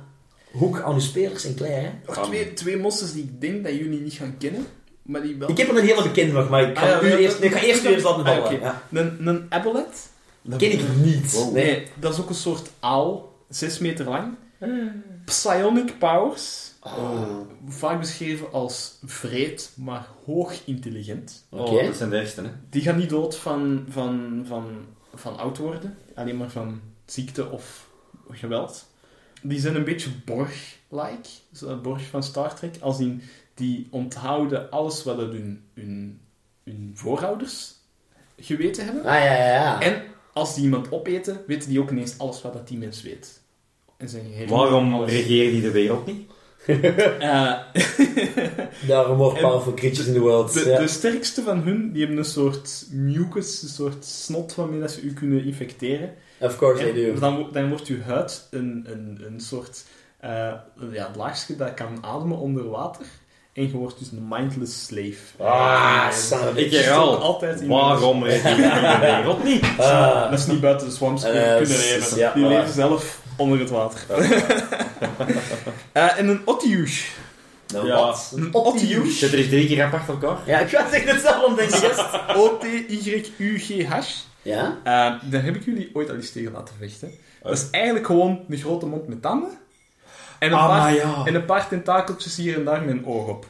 D: Hoek aan uw spelers en klaar, hè.
C: Nog twee, twee monsters die ik denk dat jullie niet gaan kennen, maar die wel...
D: Ik heb er een hele bekende nog, maar ik ga,
C: Ah, ja,
D: u
C: dat-
D: eerst, nee, ik ga eerst u eerst laten
C: Ah,
D: vallen.
C: oké.
D: Ja.
C: Een, een Abelet?
D: Ken ik niet.
C: Nee.
D: Nee.
C: dat is ook een soort aal, 6 meter lang. Psionic powers. Vaak beschreven als vreed, maar hoog intelligent.
A: Oh,
D: Oké.
A: dat zijn de eerste, hè.
C: Die gaan niet dood van, van, van, van oud worden, alleen maar van ziekte of geweld. Die zijn een beetje Borg-like, zo'n Borg van Star Trek, als in die onthouden alles wat het hun, hun, hun voorouders geweten hebben.
D: Ah, ja, ja, ja.
C: En als die iemand opeten, weten die ook ineens alles wat dat die mens weet. En zijn geherinnerd
A: Waarom
C: alles.
A: regeert die de wereld niet?
C: Eh,
D: Daarom more
C: en- Dus-
D: powerful creatures in the world.
C: de,
D: ja.
C: de sterkste van hun, die hebben een soort mucus, een soort snot waarmee dat ze u kunnen infecteren.
D: of course they
C: En
D: do.
C: dan, wo- dan wordt uw huid een, een, een soort eh ja, laagje dat kan ademen onder water. En je wordt dus een mindless slave.
D: Ah,
C: Eh,
D: son of a
A: Ik
D: bitch.
A: herhaal,
C: altijd in-
A: waarom regeert die de wereld niet?
D: Ah.
C: Dat is niet buiten de swamps kunnen,
D: Eh,
C: kunnen
D: s-
C: leven.
D: ja,
C: die
D: voilà.
C: leven zelf onder het water. Eh, en een Otiush.
D: Nou,
A: Ja.
D: wat?
C: Een
D: Optius.
A: Zit er eens drie keer apart op elkaar?
D: Ja, ik ga het echt hetzelfde om, denk ik. gast.
C: O-T-Y-U-G-H.
D: Ja?
C: Eh, daar heb ik jullie ooit al eens tegen laten vechten. Dat is eigenlijk gewoon een grote mond met tanden. En een,
A: Ah,
C: paar,
A: maar ja.
C: en een paar tentakeltjes hier en daar met een oog op.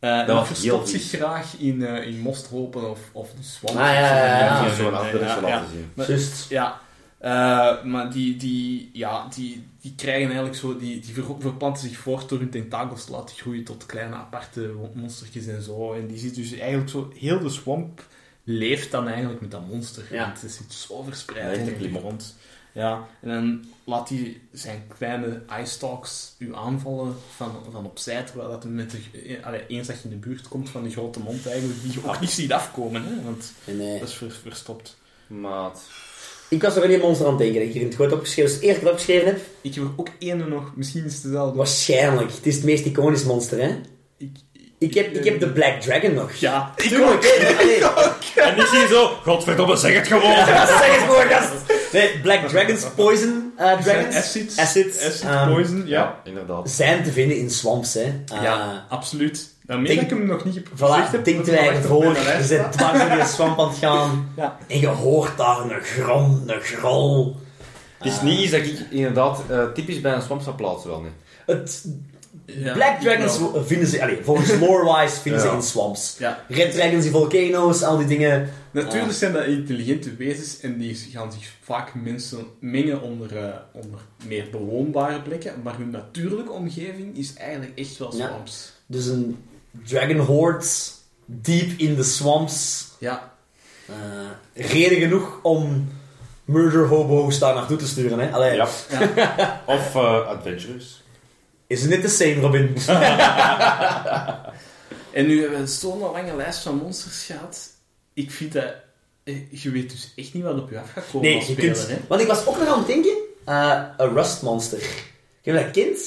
C: Eh,
A: was
C: en dat
A: heel
C: verstopt zich
A: vies.
C: graag in, eh, in mosthopen of, of de swamp.
D: Ah, ja, ja, ja.
A: Ja,
D: Ja,
A: zo'n dat is
C: ja,
A: wel
C: ja.
A: laten zien.
C: Maar-
D: Just.
C: Ja, eh, maar die, die, ja, die, die krijgen eigenlijk zo, die, die ver- verplanten zich voort door hun tentakels te laten groeien tot kleine aparte wo- monstertjes en zo. En die zit dus eigenlijk zo, heel de swamp leeft dan eigenlijk met dat monster.
D: Ja.
C: Want Het zit zo verspreid
A: Ja, echt
C: in
A: een
C: de
A: klimop.
C: grond. Ja, en dan laat hij zijn kleine eye stalks u aanvallen van, van opzij, terwijl dat hem met de, eh, allee, eens dat je in de buurt komt van de grote mond eigenlijk, die je ook niet ziet afkomen, hè, want
D: Nee.
C: dat is ver- verstopt.
A: Maat.
D: eh, Ik was nog in een monster aan het denken, dat ik hier in het goed opgeschreven, dus eerst dat ik opgeschreven heb.
C: Ik heb er ook ene nog, misschien is het dezelfde.
D: Waarschijnlijk. Het is het meest iconisch monster, hè?
C: Ik,
D: Ik heb, ik heb de Black Dragon nog.
C: Ja, ik
D: Tuurlijk, hè? Allee.
A: En ik zie zo, godverdomme, zeg het gewoon!
D: Ja, zeg het gewoon, gast. Nee, Black Dragons, Poison eh, Dragons.
C: Acids.
D: Acids,
C: Acid
D: ehm,
C: poison, ja.
A: inderdaad.
D: Zijn te vinden in swamps, hè. Ah,
C: ja, absoluut. Daarmee
D: Denk-
C: dat ik hem nog niet heb gezegd
D: Voilà,
C: heb,
D: denk
C: want
D: er
C: dat
D: eigenlijk
C: lag op
D: voor.
C: mijn
D: Je
C: lijst.
D: bent dwars in de swamp aan het gaan.
C: Ja.
D: En je hoort daar een grond, een grol.
A: Het is niet iets dat ik inderdaad eh, typisch bij een swamp zou plaatsen, wel niet.
D: Het,
C: Ja,
D: Black Dragons
C: wel.
D: vinden ze, allez, volgens lore-wise vinden
A: Ja.
D: ze in swamps.
C: Ja.
D: Red Dragons in volcano's, al die dingen.
C: Natuurlijk
D: Ah.
C: zijn dat intelligente wezens en die gaan zich vaak mensen mengen onder, eh, onder meer bewoonbare plekken, maar hun natuurlijke omgeving is eigenlijk echt wel
D: Ja.
C: swamps.
D: Dus een dragon horde, deep in de swamps.
C: Ja,
D: Eh, reden genoeg om murder hobo's daar naartoe te sturen, hè. Allee,
A: Ja. Of eh Adventures.
D: is het niet the same, Robin?
C: en nu hebben we zo'n lange lijst van monsters gehad. Ik vind dat... eh, Je weet dus echt niet wat op je af gaat komen
D: Nee,
C: als
D: je
C: speler,
D: kunt...
C: hè.
D: Want ik was ook nog aan het denken... eh, een rust monster. Ken je dat kind?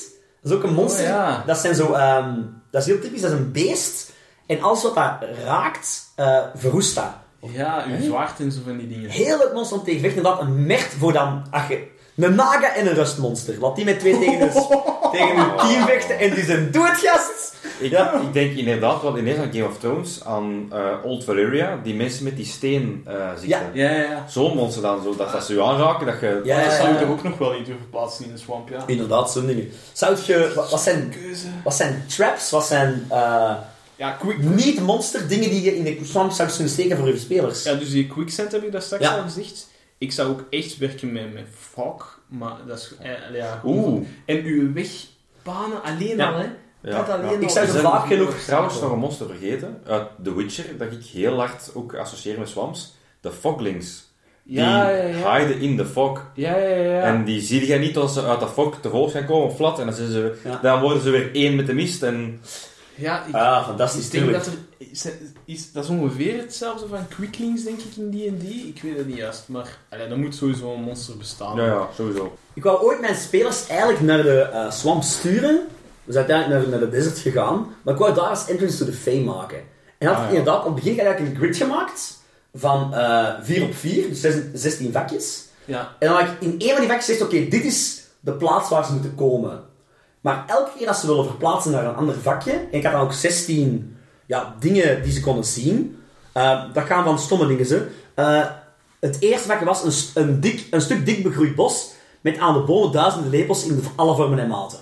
D: Dat is ook een monster.
C: Oh, ja.
D: Dat zijn zo... ehm, dat is heel typisch. Dat is een beest. En alles wat dat raakt, eh verroest dat.
C: Ja, uw zwaard en zo van die dingen.
D: Heel leuk monster om tegen te vechten. Dat een mert voor dan... Ach, je- een naga en een rustmonster. Laat die met twee tegen een, tegen een team vechten. En die zijn doe het, gast!
A: Ik,
D: Ja.
A: ik denk inderdaad wel ineens aan Game of Thrones, aan eh, Old Valyria, die mensen met die steen eh ziekte.
D: Ja.
C: Ja, ja, ja.
A: Zo'n monster dan, zo, dat, dat ze je aanraken, dat je...
D: Ja, eh,
C: dat
D: ja,
C: zou je
D: ja.
C: er ook nog wel in durven plaatsen in de swamp, ja.
D: Inderdaad, zo'n ding. Zou je... Wat, wat zijn...
C: Keuze.
D: Wat zijn traps? Wat zijn eh,
C: Ja, quick...
D: Niet monster dingen die je in de swamp zou kunnen steken voor je spelers.
C: ja, dus die quicksand heb ik daar straks
D: Ja.
C: al gezegd. Ik zou ook echt werken met, met fog, maar dat is... eh, ja, gewoon-
A: Oeh.
C: En uw wegbanen alleen
D: Ja.
C: al, hè. Dat
A: Ja.
C: alleen
D: Ik
C: al.
D: zou
A: We
D: ze
A: zijn
D: vaak genoeg...
A: Trouwens, nog een monster vergeten. Uit The Witcher, dat ik heel hard ook associeer met swamps. De foglings. Die
C: Ja, ja, ja.
A: hiden in de fog.
C: Ja, ja, ja.
A: En die zie je niet als ze uit de fog tevoorschijn komen, flat. En dan, zijn ze,
D: Ja.
A: dan worden ze weer één met de mist. En
C: ja ik,
D: Ah, fantastisch,
C: ik denk
D: tuurlijk.
C: dat er... Is, is, dat is ongeveer hetzelfde van quicklings, denk ik, in D&D. Ik weet het niet juist, maar... Allee, dan moet sowieso een monster bestaan.
A: ja, ja, sowieso.
D: Ik wou ooit mijn spelers eigenlijk naar de eh, swamp sturen. Dus uiteindelijk naar, naar de desert gegaan. Maar ik wou daar eens Entrance to the Fame maken. En had
A: Ah, ja.
D: ik inderdaad op het begin eigenlijk een grid gemaakt van eh 4 op 4, dus 16 16 vakjes.
C: ja.
D: En dan had ik in één van die vakjes gezegd, oké, dit is de plaats waar ze moeten komen. Maar elke keer als ze willen verplaatsen naar een ander vakje, en ik had dan ook 16 ja, dingen die ze konden zien, eh, dat gaan van stomme dingen ze. Eh, het eerste vakje was een, s- een, dik, een stuk dik begroeid bos, met aan de bomen duizenden lepels in alle vormen en maten.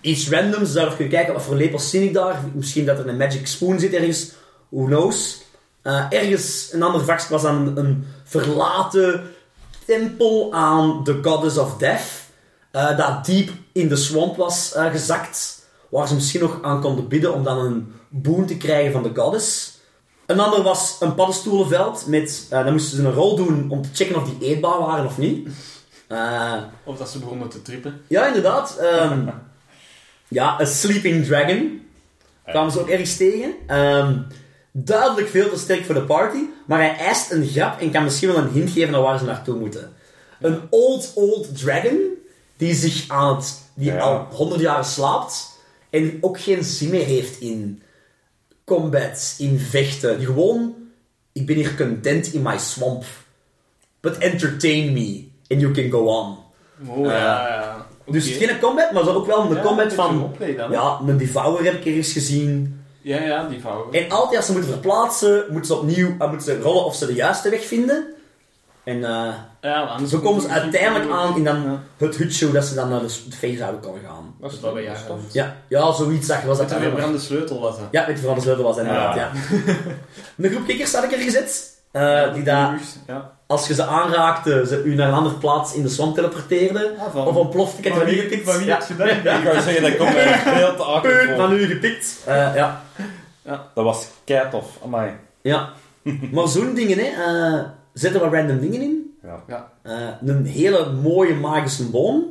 D: Iets randoms, daar kun je kijken wat voor lepels zie ik daar. Misschien dat er een magic spoon zit ergens, who knows. Eh, ergens een ander vakje was dan een, een verlaten tempel aan de goddess of death. eh, dat diep in de swamp was eh, gezakt. Waar ze misschien nog aan konden bidden om dan een boon te krijgen van de goddess. Een ander was een paddenstoelenveld. Met, eh, dan moesten ze een rol doen om te checken of die eetbaar waren of niet. Eh,
C: Of dat ze begonnen te trippen.
D: ja, inderdaad. ehm, ja, een sleeping dragon. Kwamen ze ook ergens tegen. Ehm, duidelijk veel te sterk voor de party. Maar hij eist een grap en kan misschien wel een hint geven naar waar ze naartoe moeten. Een old, old dragon. Die zich aan het... Die
A: Ja.
D: al honderd jaar slaapt. En die ook geen zin meer heeft in combat, in vechten. Die gewoon... Ik ben hier content in my swamp. But entertain me. And you can go on.
C: Oh, ja, ja.
D: Dus
C: Oké.
D: geen combat, maar zo ook wel een
C: Ja,
D: combat
C: een beetje
D: van...
C: roleplay dan. Ja.
D: Ja, een devourer heb ik ergens gezien.
C: ja, die vouwen.
D: En altijd als ze moeten verplaatsen, moeten ze opnieuw eh, moeten ze rollen of ze de juiste weg vinden. En eh,
C: Ja, anders
D: zo komen ze uiteindelijk aan in dan
C: Ja.
D: het hutje hoe dat ze dan naar de, s- de feest zouden kunnen gaan.
A: Dat
C: is dat bij jou.
D: Ja, ja zoiets zag was
C: Dat
D: dat.
C: er weer
D: eigenlijk.
C: brandende sleutel was, hè.
D: Ja, met die van de sleutel was dat inderdaad, ja.
A: Ja.
D: een groep kikkers had ik er gezet. eh, die daar,
C: Ja.
D: als je ze aanraakte, ze u naar een andere plaats in de swamp teleporteerden.
C: Ah, van-
D: Of ontplofte. Ik heb
C: van
D: er
C: wie-
D: niet gepikt.
C: van wie
D: Ja.
C: heb je dat?
A: Ik wou zeggen, dat komt eigenlijk veel te
D: Punt,
A: achter.
D: van u gepikt. Eh, ja.
A: Dat was kei tof. Amai.
D: Ja. maar zo'n dingen, hè. eh zetten we random dingen in.
A: Ja.
C: Ja.
D: Eh, een hele mooie magische boom.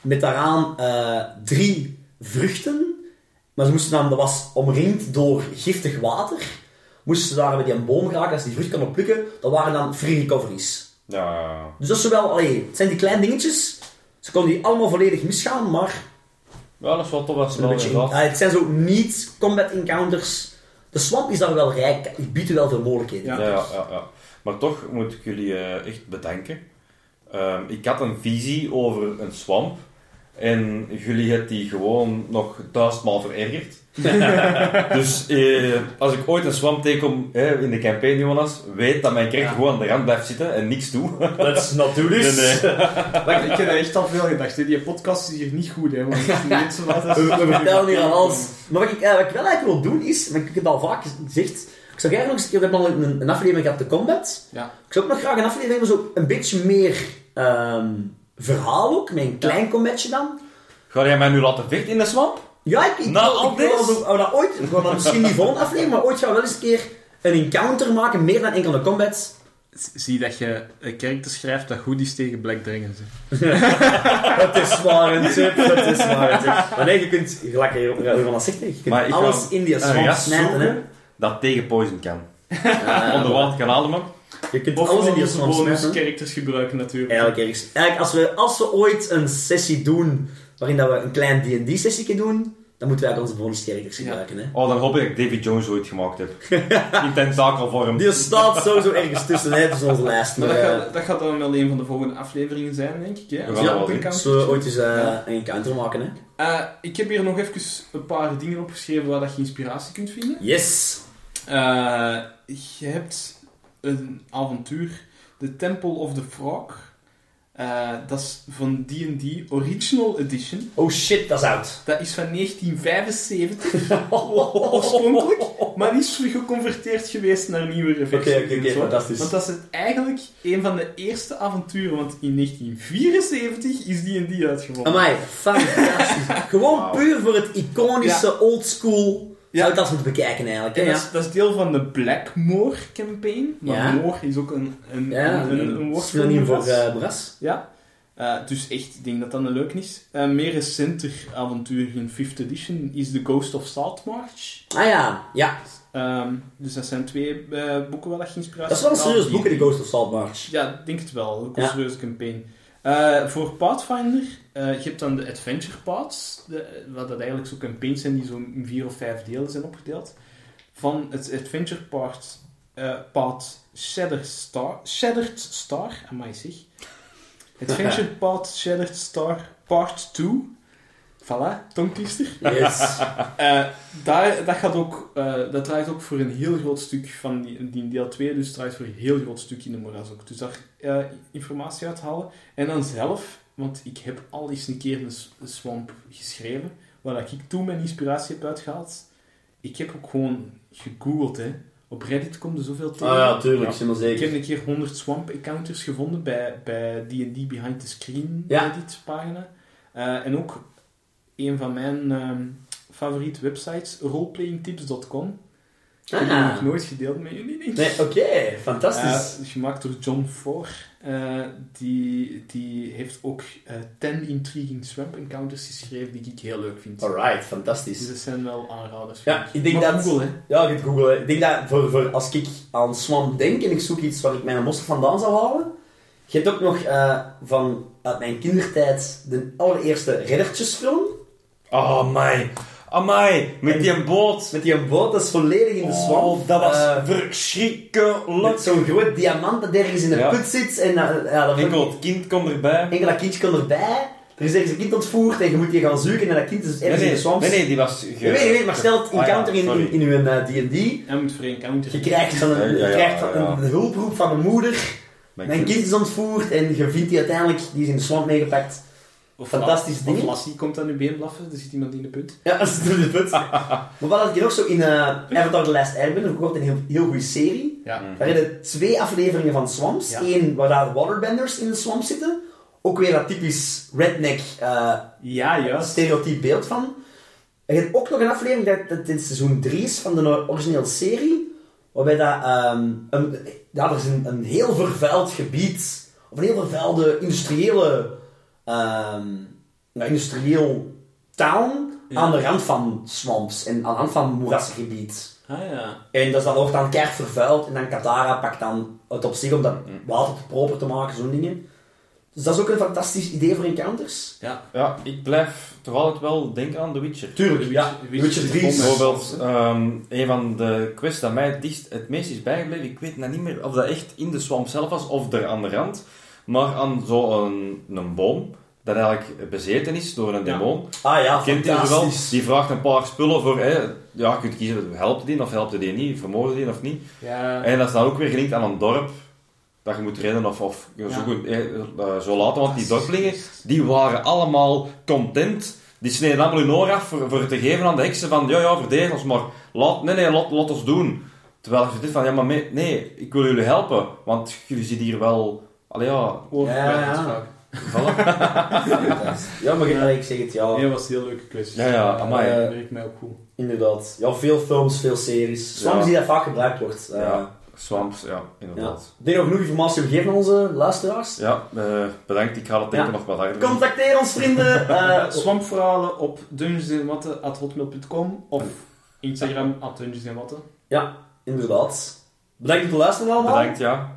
D: Met daaraan eh, drie vruchten. Maar ze moesten dan, dat was omringd door giftig water. Moesten ze daar met die boom geraken, als ze die vrucht konden plukken, dat waren dan free recoveries.
A: Ja, ja, ja.
D: Dus dat is zowel, allee, het zijn die kleine dingetjes. Ze konden die allemaal volledig misgaan, maar
A: Ja, dat is wel tof dat ze
D: een
A: dat
D: beetje in-
A: inderdaad-
D: eh, het zijn zo niet combat encounters. De swamp is daar wel rijk, het biedt u wel veel mogelijkheden.
C: Ja.
A: Ja, ja, ja, ja. Maar toch moet ik jullie eh, echt bedanken. Ehm, ik had een visie over een swamp. En jullie hebben die gewoon nog duizendmaal verergerd. dus eh, als ik ooit een swamp tegenkom eh, in de campaign, Jonas, weet dat mijn kerk
C: Ja.
A: gewoon aan de rand blijft zitten en niks doet.
D: Let's not do this.
A: Nee,
C: Maar ik heb daar echt al veel gedacht. hè. Die podcast is hier niet goed, hè. Want het is niet eens zo wat als...
D: We vertellen hier aan alles. Maar wat ik, eh, wat ik wel eigenlijk wil doen is, maar ik heb het al vaak gezegd, ik zou graag nog eens een keer, we hebben al een, een aflevering gehad de combat.
C: Ja.
D: Ik zou ook nog graag een aflevering hebben, zo een beetje meer ehm, verhaal ook, met een klein combatje dan.
A: Ga jij mij nu laten vechten in de swamp?
D: Ja, ik, ik,
A: Na
D: wil-
A: al
D: ik wil
A: dit?
D: wel zo- oh, dat ooit, we gaan dat misschien niet volgende aflevering, maar ooit gaan we wel eens een keer een encounter maken, meer dan enkele combats.
C: Zie dat je een karakter schrijft dat goed is tegen Black Dragons, hè.
D: Dat is waar een tip, dat is waar een tip. Maar nee, je kunt, gelijk Jonas zegt, hè, je
A: Maar ik
D: kunt alles
A: ga
D: in die
A: een
D: swamp
A: ras
D: snijden. hè.
A: zoeken dat tegen poison kan.
D: Eh,
A: Onderwater kan ademen.
D: je kunt
C: Of
D: alles in die
C: onze
D: swamp snijden.
C: bonus characters gebruiken, natuurlijk.
D: Eigenlijk ergens. Eigenlijk, als we, als we ooit een sessie doen waarin dat we een klein D&D-sessie doen, dan moeten wij onze bonus characters
C: Ja.
D: gebruiken. Hè?
A: Oh, dan hoop ik dat ik David Jones ooit gemaakt heb. In tentakelvorm.
D: Die staat sowieso ergens tussen, hè, tussen onze lijst.
C: Maar
D: Maar,
C: dat
D: eh,
C: gaat, dat gaat dan wel een van de volgende afleveringen zijn, denk ik, hè. Als
A: Ja,
C: je
A: wel,
C: op een
A: hè.
C: kant-
D: Zullen we ooit eens eh,
C: Ja.
D: een encounter maken, hè?
C: Eh, ik heb hier nog even een paar dingen opgeschreven waar dat je inspiratie kunt vinden.
D: Yes!
C: Eh, je hebt een avontuur, de Temple of the Frog. Eh, Eh, dat is van D&D Original Edition.
D: Oh shit, dat is oud.
C: Dat is van 1975 oorspronkelijk, maar is geconverteerd geweest naar nieuwere versies.
D: Oké, oké, oké,
C: en zo.
D: fantastisch.
C: Want dat is het eigenlijk een van de eerste avonturen, want in 1974 is D&D uitgevonden.
D: Amai, fantastisch. Gewoon
A: Wauw.
D: puur voor het iconische oldschool
C: Ja.
D: zou ik dat moeten bekijken eigenlijk. hè,
C: En
D: Ja,
C: dat, is, dat is deel van de Blackmore campaign. Maar
D: Ja.
C: Moor is ook een, een,
D: ja,
C: een, een, een woord
D: synoniem voor
C: moeras.
D: eh moeras.
C: Ja. Eh, dus echt, ik denk dat dat een leuk is. Eh, meer recenter avontuur in 5th edition is The Ghost of Saltmarsh.
D: Ah ja, ja.
C: Ehm, dus dat zijn twee eh, boeken waar dat geïnspireerd
D: Dat is wel een serieus
C: vandaan Nou, die-
D: boek in The Ghost of Saltmarsh.
C: Ja, ik denk het wel. Ook een
D: Ja.
C: serieuze campaign. Eh, voor Pathfinder, eh, je hebt dan de Adventure Paths, de, wat dat eigenlijk zo campaigns zijn die zo'n vier of vijf delen zijn opgedeeld. Van het Adventure Path, eh Path Shattered Star, Shattered Star, amai zeg. Adventure Path Shattered Star Part 2. Voilà, tongtwister.
D: Yes.
C: Eh, daar, dat, gaat ook, eh, dat draait ook voor een heel groot stuk van die, die deel 2, dus draait voor een heel groot stuk in de moeras ook. Dus daar eh, informatie uit halen. En dan zelf, want ik heb al eens een keer een, s- een swamp geschreven, waar dat ik toen mijn inspiratie heb uitgehaald. Ik heb ook gewoon gegoogeld, hè. Op Reddit komt er zoveel tegen.
D: Ah, tuurlijk, helemaal
C: Ik heb een keer 100 swamp encounters gevonden bij, bij D&D Behind the Screen
D: Ja.
C: Reddit pagina. Eh, en ook een van mijn ehm, favoriete websites, roleplayingtips.com. Ik heb die
D: Ah.
C: nog nooit gedeeld met jullie, denk ik.
D: Nee, oké, fantastisch.
C: Eh, gemaakt door John Four. Eh, die, die heeft ook eh 10 intriguing swamp encounters geschreven die ik heel leuk vind.
D: Alright,
C: Dus
D: fantastisch.
C: dat zijn wel aanraders.
D: Ja, ik denk
C: Maar
D: dat-
C: Google, hè.
D: Ja, ik ga het googlen. Ik denk dat voor, voor als ik aan Swamp denk en ik zoek iets waar ik mijn mossel vandaan zou halen. Je hebt ook nog eh, van uit mijn kindertijd de allereerste reddertjesfilm.
A: Oh, amai. Amai, met die boot.
D: Met die boot, dat is volledig in de swamp.
A: Oh, dat was
D: Eh, met
A: verschrikkelijk.
D: zo'n groot diamant dat ergens in de
A: Ja.
D: put zit. En eh, ja, dat
A: Enkel het kind komt erbij.
D: enkel dat kindje kon erbij. Er is ergens een kind ontvoerd en je moet die gaan zoeken. En dat kind is ergens
A: Nee,
D: in de
A: nee,
D: swamp.
A: nee, nee, die was... Ge...
D: Ik weet, ik weet, maar stel het
A: Ah ja,
D: encounter in,
A: sorry.
D: in, in uw eh, D&D.
C: Hij moet voor encounter.
D: Je krijgt, van een,
A: Ja, ja,
D: je krijgt van
A: ja, ja.
D: een hulproep van een moeder.
A: Mijn
D: Mijn
A: kind.
D: kind is ontvoerd en je vindt die uiteindelijk, die is in de swamp meegepakt.
C: Of
D: Fantastisch
C: La-
D: ding.
C: Of Lassie komt aan uw been blaffen, er zit iemand in de punt.
D: Ja, dat is de put. maar wat had ik nog zo in eh, Avatar The Last Airbender, ook altijd een heel, heel goede serie.
C: Ja.
D: Daar hebben twee afleveringen van Swamps.
C: Ja.
D: Eén waar daar waterbenders in de swamp zitten. Ook weer dat typisch redneck eh,
C: Ja, juist.
D: stereotyp beeld van. Er is ook nog een aflevering, dat, dat dit seizoen 3 is van de originele serie, waarbij dat, ehm, een, ja, er is een, een heel vervuild gebied, of een heel vervuilde industriële, ehm, nou, industrieel town, aan de rand van swamps en aan de rand van moerasgebied.
C: Ah ja.
D: En dat is dan wordt dan keihard vervuild en dan Katara pakt dan het op zich om dat water te proper te maken, zo'n dingen. Dus dat is ook een fantastisch idee voor encounters.
C: Ja.
A: Ja, ik blijf toch altijd wel denken aan The Witcher.
D: Tuurlijk, ja.
C: Witcher-
D: Witcher 3 is
A: Bijvoorbeeld, ehm, een van de quests dat mij het, dichtst, het meest is bijgebleven, ik weet nou niet meer of dat echt in de swamp zelf was of er aan de rand, maar aan zo'n een, boom, dat eigenlijk bezeten is door een
C: Ja.
A: demon.
D: Ah ja,
A: Kent je ze wel?
D: fantastisch.
A: Die vraagt een paar spullen voor, hè, ja, je kunt kiezen, helpt die of helpt die niet, vermoorden die of niet.
C: Ja.
A: En dat is dan ook weer gelinkt aan een dorp, dat je moet redden of, of
C: Ja.
A: zo, goed, eh, eh, zo laten, want die dorpelingen die waren allemaal content. Die sneden allemaal hun oor af voor, voor te geven aan de heksen van, ja, ja, verdedig ons maar. Laat, nee, nee, laat, laat ons doen. Terwijl je dit van, ja, maar me- nee, ik wil jullie helpen. Want jullie zitten hier wel... Allee, ja,
C: Over-
D: Ja, ja.
A: voilà.
D: Ja, maar ik- ik zeg het, ja.
C: Nee, dat was een heel leuke kwestie.
A: Ja, ja, amai.
C: Dat werkt mij ook goed.
D: Inderdaad. Ja, veel films, veel series. Soms
A: Ja.
D: die dat vaak gebruikt wordt. Eh,
A: Ja, swamps, ja, inderdaad.
D: Ik denk dat we genoeg informatie gegeven aan onze luisteraars.
A: Ja, eh, bedankt. Ik ga het denken
D: Ja.
A: nog wat harder doen.
D: Contacteer ons, vrienden.
C: Eh,
D: Eh,
C: Swampverhalen op dungeonsandmatten.hotmail.com of Instagram at dungeonsandmatten.
D: inderdaad. Bedankt voor het luisteren allemaal.
A: Bedankt, ja.